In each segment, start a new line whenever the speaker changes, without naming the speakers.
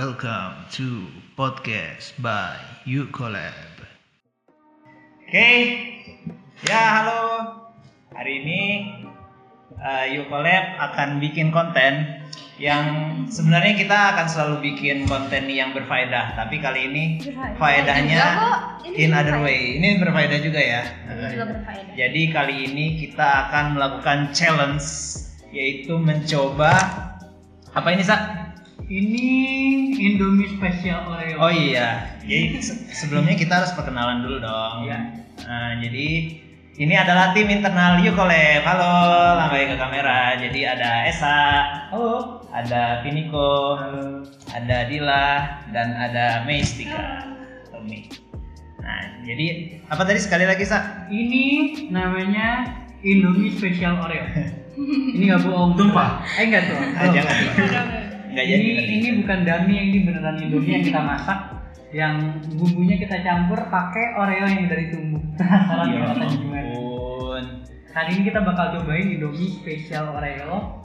Welcome to podcast by You Collab.
Oke, ya halo. Hari ini uh, Yukolab akan bikin konten yang sebenarnya kita akan selalu bikin konten yang berfaedah, tapi kali ini
Berfaedah.
faedahnya
Juga kok. Ini
in other
berfaedah.
way. Ini berfaedah juga ya.
juga berfaedah.
Jadi kali ini kita akan melakukan challenge yaitu mencoba apa ini Sa?
Ini Indomie spesial Oreo.
Oh iya, jadi se- sebelumnya kita harus perkenalan dulu dong.
Iya.
Nah, jadi ini adalah tim internal Yukolab. Halo, lambai ke kamera. Jadi ada Esa,
Halo.
ada Piniko, ada Dila, dan ada Meistika. Tommy. Nah, jadi apa tadi sekali lagi sa?
Ini namanya Indomie spesial Oreo. ini nggak bohong. Tumpah. Eh nggak tuh.
Ah, jangan. Nggak jadi.
Ini ini bukan dummy, ini beneran Indomie yang kita masak yang bumbunya kita campur pakai Oreo yang dari tumbuh. Penasaran
Ya
ya rasanya gimana?
ampun.
Hari ini kita bakal cobain Indomie spesial Oreo.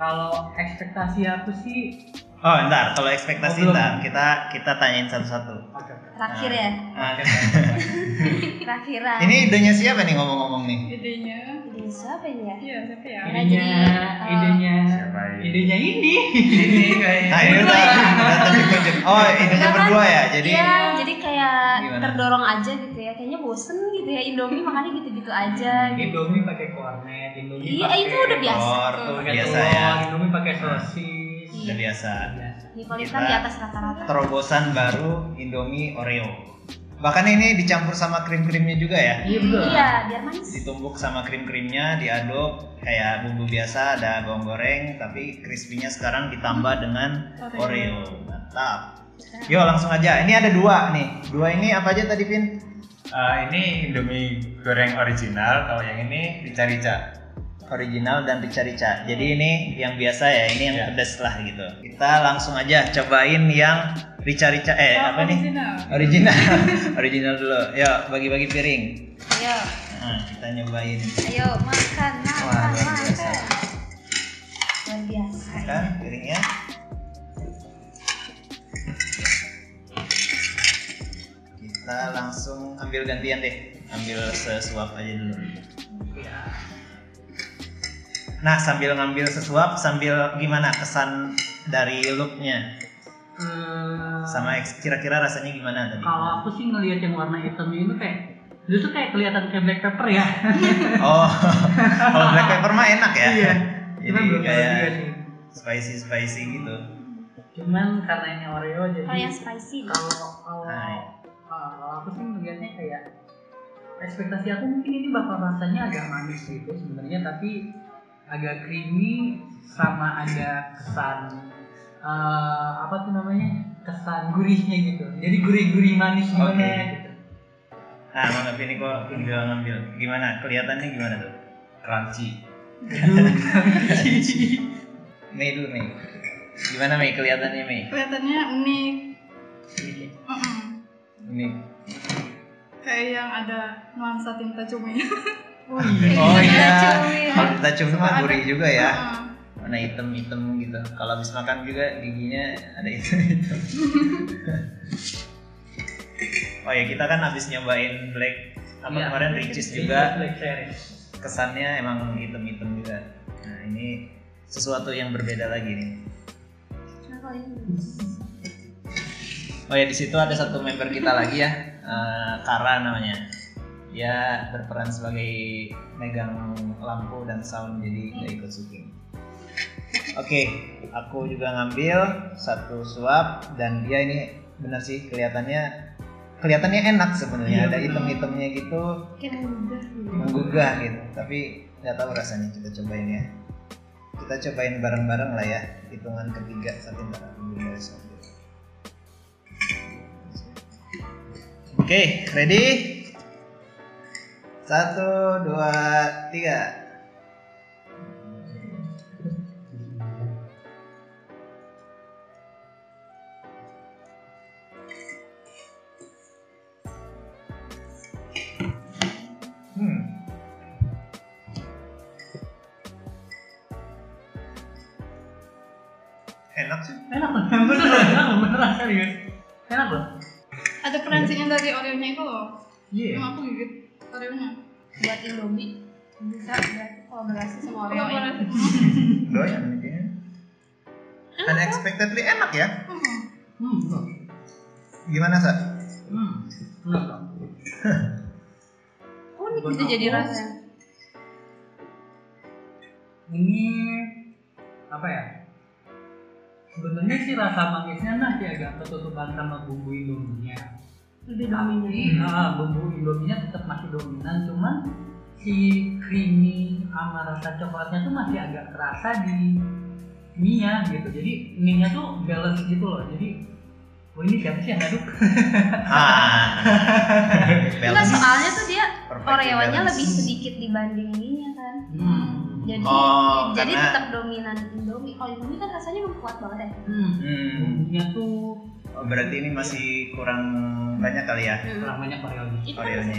Kalau ekspektasi aku sih
Oh, ntar kalau ekspektasi
Oh, belum.
ntar kita kita tanyain satu-satu.
Terakhir ya,
Nah,
terakhiran.
ini idenya siapa nih ngomong-ngomong nih?
idenya
Ini siapa ya?
iya siapa ya
Karena
idenya
jadi,
idenya
Siapa ini?
idenya ini
ini
Iya.
kayaknya
Nah, ini udah, udah terpikir. Oh, ini
Enggak kan?
berdua ya. Jadi
Iya, jadi kayak
Gimana?
terdorong aja gitu ya. Kayaknya bosen gitu ya Indomie makanya gitu-gitu
Hmm,
aja. gitu.
Indomie pakai kornet Indomie
Iya,
pakai
itu udah biasa.
Telur tuh
pakai
biasa
telur,
ya.
Indomie pakai sosis
Iya.
Udah biasa.
biasa
Di kualitas kan
Iya.
di atas rata-rata.
Terobosan baru Indomie Oreo. Bahkan ini dicampur sama krim-krimnya juga ya.
iya betul
Iya, biar manis.
Ditumbuk sama krim-krimnya, diaduk kayak bumbu biasa ada bawang goreng, tapi crispy-nya sekarang ditambah dengan Oreo.
Oreo.
Mantap. Yo langsung aja. Ini ada dua nih. Dua ini apa aja tadi, Vin?
Ah, ini Indomie goreng original kalau yang ini rica-rica
original dan rica-rica. Jadi ini yang biasa ya, ini yang
Ya.
pedes lah gitu. Kita langsung aja cobain yang rica-rica eh
Oh,
apa nih?
original.
Original. original dulu. Yuk, bagi-bagi piring.
Ayo,
Nah, kita nyobain.
ayo makan,
Wah, luar
makan,
biasa.
makan. Luar biasa.
Kan piringnya. Kita langsung ambil gantian deh. Ambil sesuap aja dulu. Nah, sambil ngambil sesuap, sambil gimana kesan dari look-nya?
Eh,
sama ex- kira-kira rasanya gimana tadi?
kalau aku sih ngelihat yang warna hitamnya itu kayak justru kayak kelihatan kayak black pepper ya
Oh, kalau black pepper mah enak ya.
Iya.
Jadi
cuman belum tahu
kayak-
juga sih
Spicy spicy gitu.
cuman karena ini Oreo jadi
Kalau yang spicy.
kalau kalau
Nah.
kalau aku sih melihatnya kayak ekspektasi aku mungkin ini bakal rasanya agak manis gitu sebenarnya tapi agak creamy sama ada kesan eh, apa tuh namanya kesan gurihnya gitu jadi gurih-gurih manis gimana
Oke.
gitu
Nah, mana ini kok ngambil ngambil. Gimana? Kelihatannya gimana tuh?
crunchy
Mei dulu Mei. Gimana Mei kelihatannya Mei?
kelihatannya unik Mm-mm.
Mei.
kayak yang ada nuansa tinta cumi
oh iya
Oh iya.
Cumi.
Kalau kita cuma
Ada.
gurih juga ya.
Mm-mm.
Warna hitam-hitam gitu. Kalau habis makan juga giginya ada hitam-hitam. Oh ya kita kan habis nyobain black apa
Iya.
kemarin ricis juga
black cherry
kesannya emang hitam-hitam juga. Nah ini sesuatu yang berbeda lagi nih.
Nah, kalau ini.
Oh ya di situ ada satu member kita lagi ya, eh, Kara namanya. Dia berperan sebagai megang lampu dan sound jadi nggak ikut syuting. Oke, aku juga ngambil satu suap dan dia ini benar sih kelihatannya kelihatannya enak sebenarnya
Iya,
ada
benar.
hitam-hitamnya gitu
Kayak mudah.
menggugah gitu tapi nggak tahu rasanya kita cobain ya kita cobain bareng-bareng lah ya hitungan ketiga sampai ntar aku beli dari Shopee. oke ready satu dua tiga hmm enak sih
enak loh bener loh, enak loh
serius.
Enak loh.
Ada perancinya dari Oreo-nya itu loh.
Iya.
Emang aku gigit Oreo-nya.
buat Indomie bisa berarti kolaborasi sama Oreo ya.
Kolaborasi.
Doyan bikinnya. Unexpectedly enak ya.
Hmm.
Hmm, benar.
Gimana sa?
Hmm, benar dong.
unik gitu jadi rasanya
Ini apa ya? Sebenarnya sih rasa manisnya nah sih agak ketutupan sama bumbu indominya.
lebih dominan
Tapi ah, bumbu indominya tetap masih dominan, cuman si creamy sama rasa coklatnya tuh masih agak terasa di mie-nya gitu. Jadi mie-nya tuh balance gitu loh. Jadi oh ini siapa sih yang ngaduk?
Ah.
Enggak,
Balance.
Nah, soalnya tuh dia
Perfect
Oreonya
balance.
lebih sedikit dibanding ininya kan
Hmm.
jadi
Oh,
jadi
karena-
tetap dominan Indomie kalau Indomie kan rasanya kuat banget ya
Hmm.
Hmm. Oh,
Bumbunya tuh
Berarti ini masih kurang banyak kali ya
kurang banyak oreonya.
itu kan
Oreonya.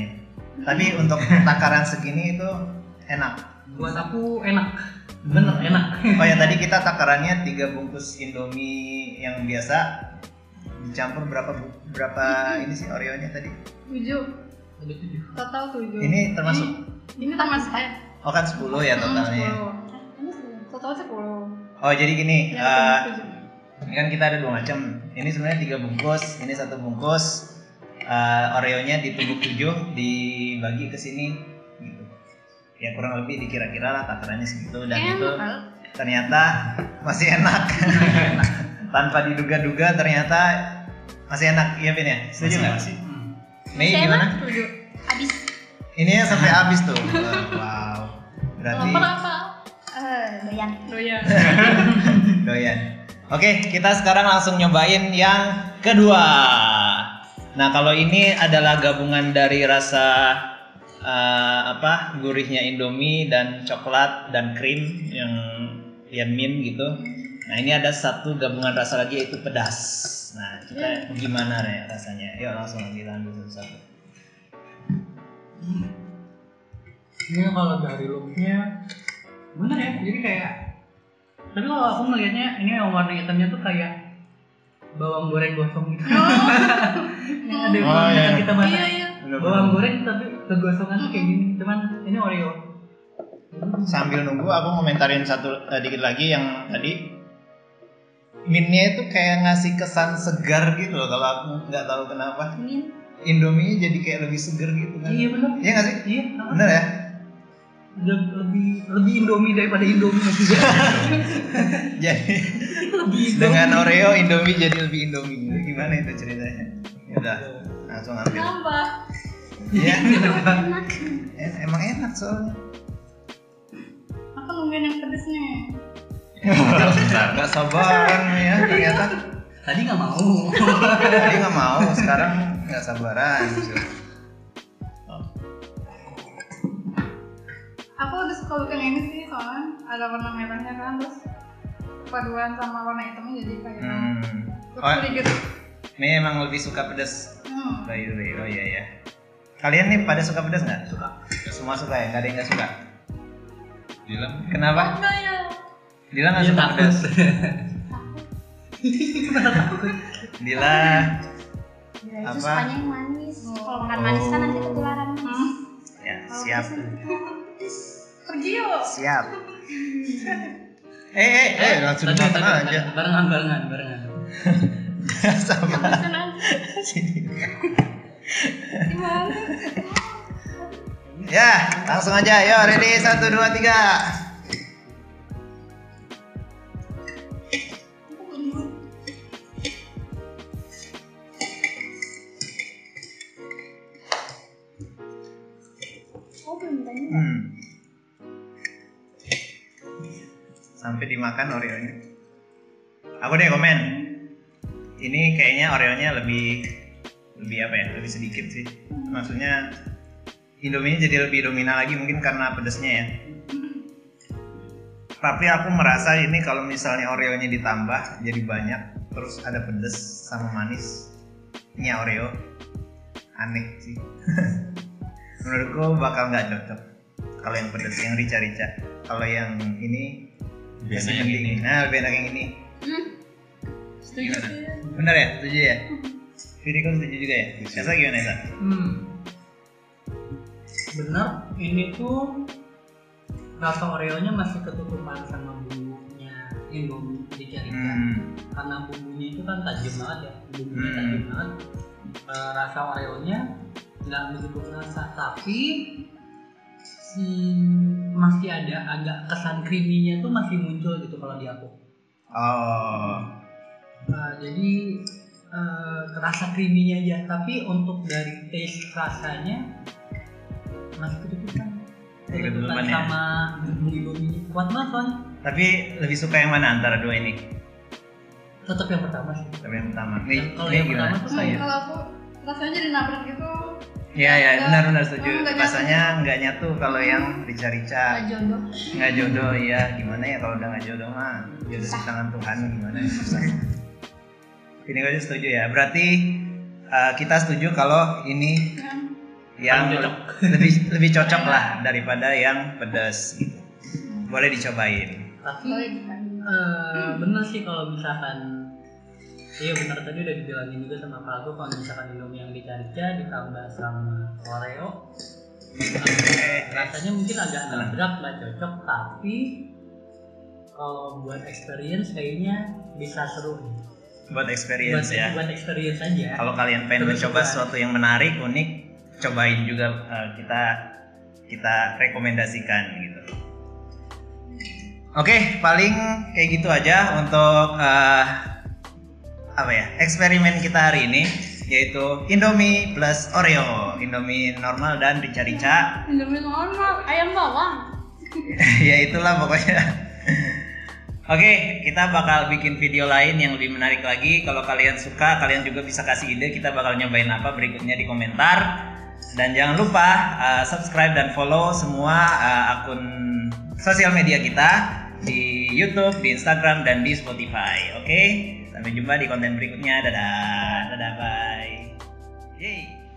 Tapi untuk takaran segini itu enak.
Buat aku enak, bener enak.
Oh ya tadi kita takarannya tiga bungkus Indomie yang biasa dicampur berapa bu- berapa ini sih Oreonya tadi?
Tujuh.
Ada tujuh.
Total tujuh.
Ini termasuk
Ini, ini termasuk saya.
oh kan 10 ya totalnya.
Mm-hmm, sepuluh.
ini sebenarnya
Total sepuluh.
Oh jadi gini,
Ya,
eh,
tujuh.
ini kan kita ada dua macam. Ini sebenarnya tiga bungkus, ini satu bungkus. Eh, Oreonya ditumbuk tujuh, dibagi ke sini gitu. Ya kurang lebih dikira-kira lah takarannya segitu dan
Enak,
itu
Al.
ternyata masih enak. Tanpa diduga-duga ternyata masih enak, iya Vin ya? Setuju nggak?
Hmm.
eh, Mei
Saya
gimana?
Iya, Tujuh.
abis
Ini ya sampai habis tuh. Eh, wow. Berarti
Kenapa?
eh bayang
Doyan.
doyan. Oke, kita sekarang langsung nyobain yang kedua. Nah, kalau ini adalah gabungan dari rasa eh, apa? gurihnya Indomie dan coklat dan krim yang yang mint gitu. Nah, ini ada satu gabungan rasa lagi yaitu pedas. Nah, kita gimana Re, rasanya? Yuk langsung kita ambil satu-satu.
ini kalau dari looknya Iya. bener ya jadi kayak tapi kalau aku melihatnya ini yang warna hitamnya tuh kayak bawang goreng gosong gitu Yang ada
Oh,
kalau
iya.
misalkan kita masak
Oh, Iya, iya.
bawang goreng tapi kegosongan tuh kayak gini cuman ini oreo
sambil nunggu aku ngomentarin satu eh, dikit lagi yang tadi minnya itu kayak ngasih kesan segar gitu loh kalau aku nggak tahu kenapa
min
Indominya jadi kayak lebih segar gitu kan
iya bener
iya nggak sih
iya apa?
bener ya
Le- lebih lebih indomie daripada indomie
jadi
lebih indomie.
dengan Oreo Indomie jadi lebih Indomie gimana itu ceritanya ya udah langsung ambil
Kenapa?
ya
enak
Eh, emang enak soalnya
Aku nungguin yang pedes nih.
nggak sabaran ya ternyata
tadi nggak mau
tadi nggak mau sekarang nggak sabaran
Aku udah suka look yang ini sih soalnya ada warna merahnya kan terus paduan sama warna hitamnya jadi kayak
hmm.
look
Oh,
pretty good.
Mei emang lebih suka pedas
Hmm.
By the way, oh iya ya. Kalian nih pada suka pedas nggak? Suka. Semua suka ya, nggak ada yang nggak suka. Dilan. Kenapa?
Enggak ya.
Dilan nggak
Dia
suka
takut.
pedas. Dila,
Gila,
Apa?
itu sukanya yang manis kalau makan
Oh.
manis kan nanti ketularan
Hmm.
ya siap,
Pergi yuk.
siap. eh, eh, eh, langsung
Tadi-
dimakan
tadi-
aja.
barengan barengan barengan
Sama
Pesan aja.
sini.
Gimana?
Ya, langsung aja. Yo, ready satu dua tiga.
oh belum tanya
Hmm. Sampai dimakan Oreonya. Aku deh komen. Ini kayaknya Oreonya lebih lebih apa ya? Lebih sedikit sih. Maksudnya Indominya jadi lebih dominan lagi mungkin karena pedesnya ya. Tapi aku merasa ini kalau misalnya Oreonya ditambah jadi banyak, terus ada pedes sama manisnya Oreo, aneh sih. Menurutku bakal nggak cocok kalau yang pedes, yang rica-rica. Kalau yang ini
Biasanya
lebih mending. Nah, lebih enak yang ini.
hmm.
Setuju
Gimana?
sih.
Bener ya? Setuju ya? Vidi kau setuju juga ya? Esa gimana
Iya.
Esa?
Hmm. Benar, ini tuh rasa Oreo-nya masih ketutupan sama bumbunya Indomie dicarikan.
Hmm.
Karena bumbunya itu kan tajam banget ya, bumbunya
Hmm.
tajam banget. E, rasa Oreo-nya nggak begitu kerasa, tapi si masih ada agak kesan creamy-nya tuh masih muncul gitu kalau di aku.
Oh.
Uh, jadi uh, terasa creamy-nya aja, tapi untuk dari taste rasanya masih ketutupan.
Ketutupan
Ketutupan
ya.
sama bumbu-bumbunya kuat banget soalnya.
Tapi lebih suka yang mana antara dua ini?
Tetap yang pertama sih.
Tapi yang pertama. Nih,
Yang Iya, kalau
nih
yang
gimana?
pertama tuh
Hmm,
kayak
kalau aku rasanya jadi nabrak gitu
Iya ya,
Enggak.
benar-benar setuju.
Enggak nyatu.
Rasanya nggak nyatu kalau yang rica-rica,
Nggak jodoh.
nggak jodoh ya. Gimana ya kalau udah nggak jodoh mah? Jodoh di tangan Tuhan gimana? ya, Susah. Ini gue aja setuju ya. Berarti eh, kita setuju kalau ini yang
yang
cocok.
lebih lebih cocok lah daripada yang pedas. Gitu. Boleh dicobain.
tapi
boleh dimakan.
Hmm.
uh, bener sih kalau misalkan Iya benar tadi udah dibilangin juga sama Pak Agung kalau misalkan Indomie yang dicarica ditambah sama Oreo uh, rasanya mungkin agak nabrak nggak cocok tapi kalau buat experience kayaknya bisa seru nih.
Buat
buat,
experience ya.
buat experience aja
Kalau kalian pengen
Iya. Terus
mencoba
juga.
sesuatu yang menarik, unik, cobain juga eh, kita kita rekomendasikan gitu. Oke, paling kayak gitu aja untuk eh, apa ya eksperimen kita hari ini yaitu Indomie plus Oreo, Indomie normal dan rica-rica.
Indomie normal, ayam bawang
ya itulah pokoknya. Oke, kita bakal bikin video lain yang lebih menarik lagi. Kalau kalian suka, kalian juga bisa kasih ide. Kita bakal nyobain apa berikutnya di komentar. Dan jangan lupa uh, subscribe dan follow semua uh, akun sosial media kita di YouTube, di Instagram, dan di Spotify. Oke, sampai jumpa di konten berikutnya. Dadah, dadah, bye. Yeay.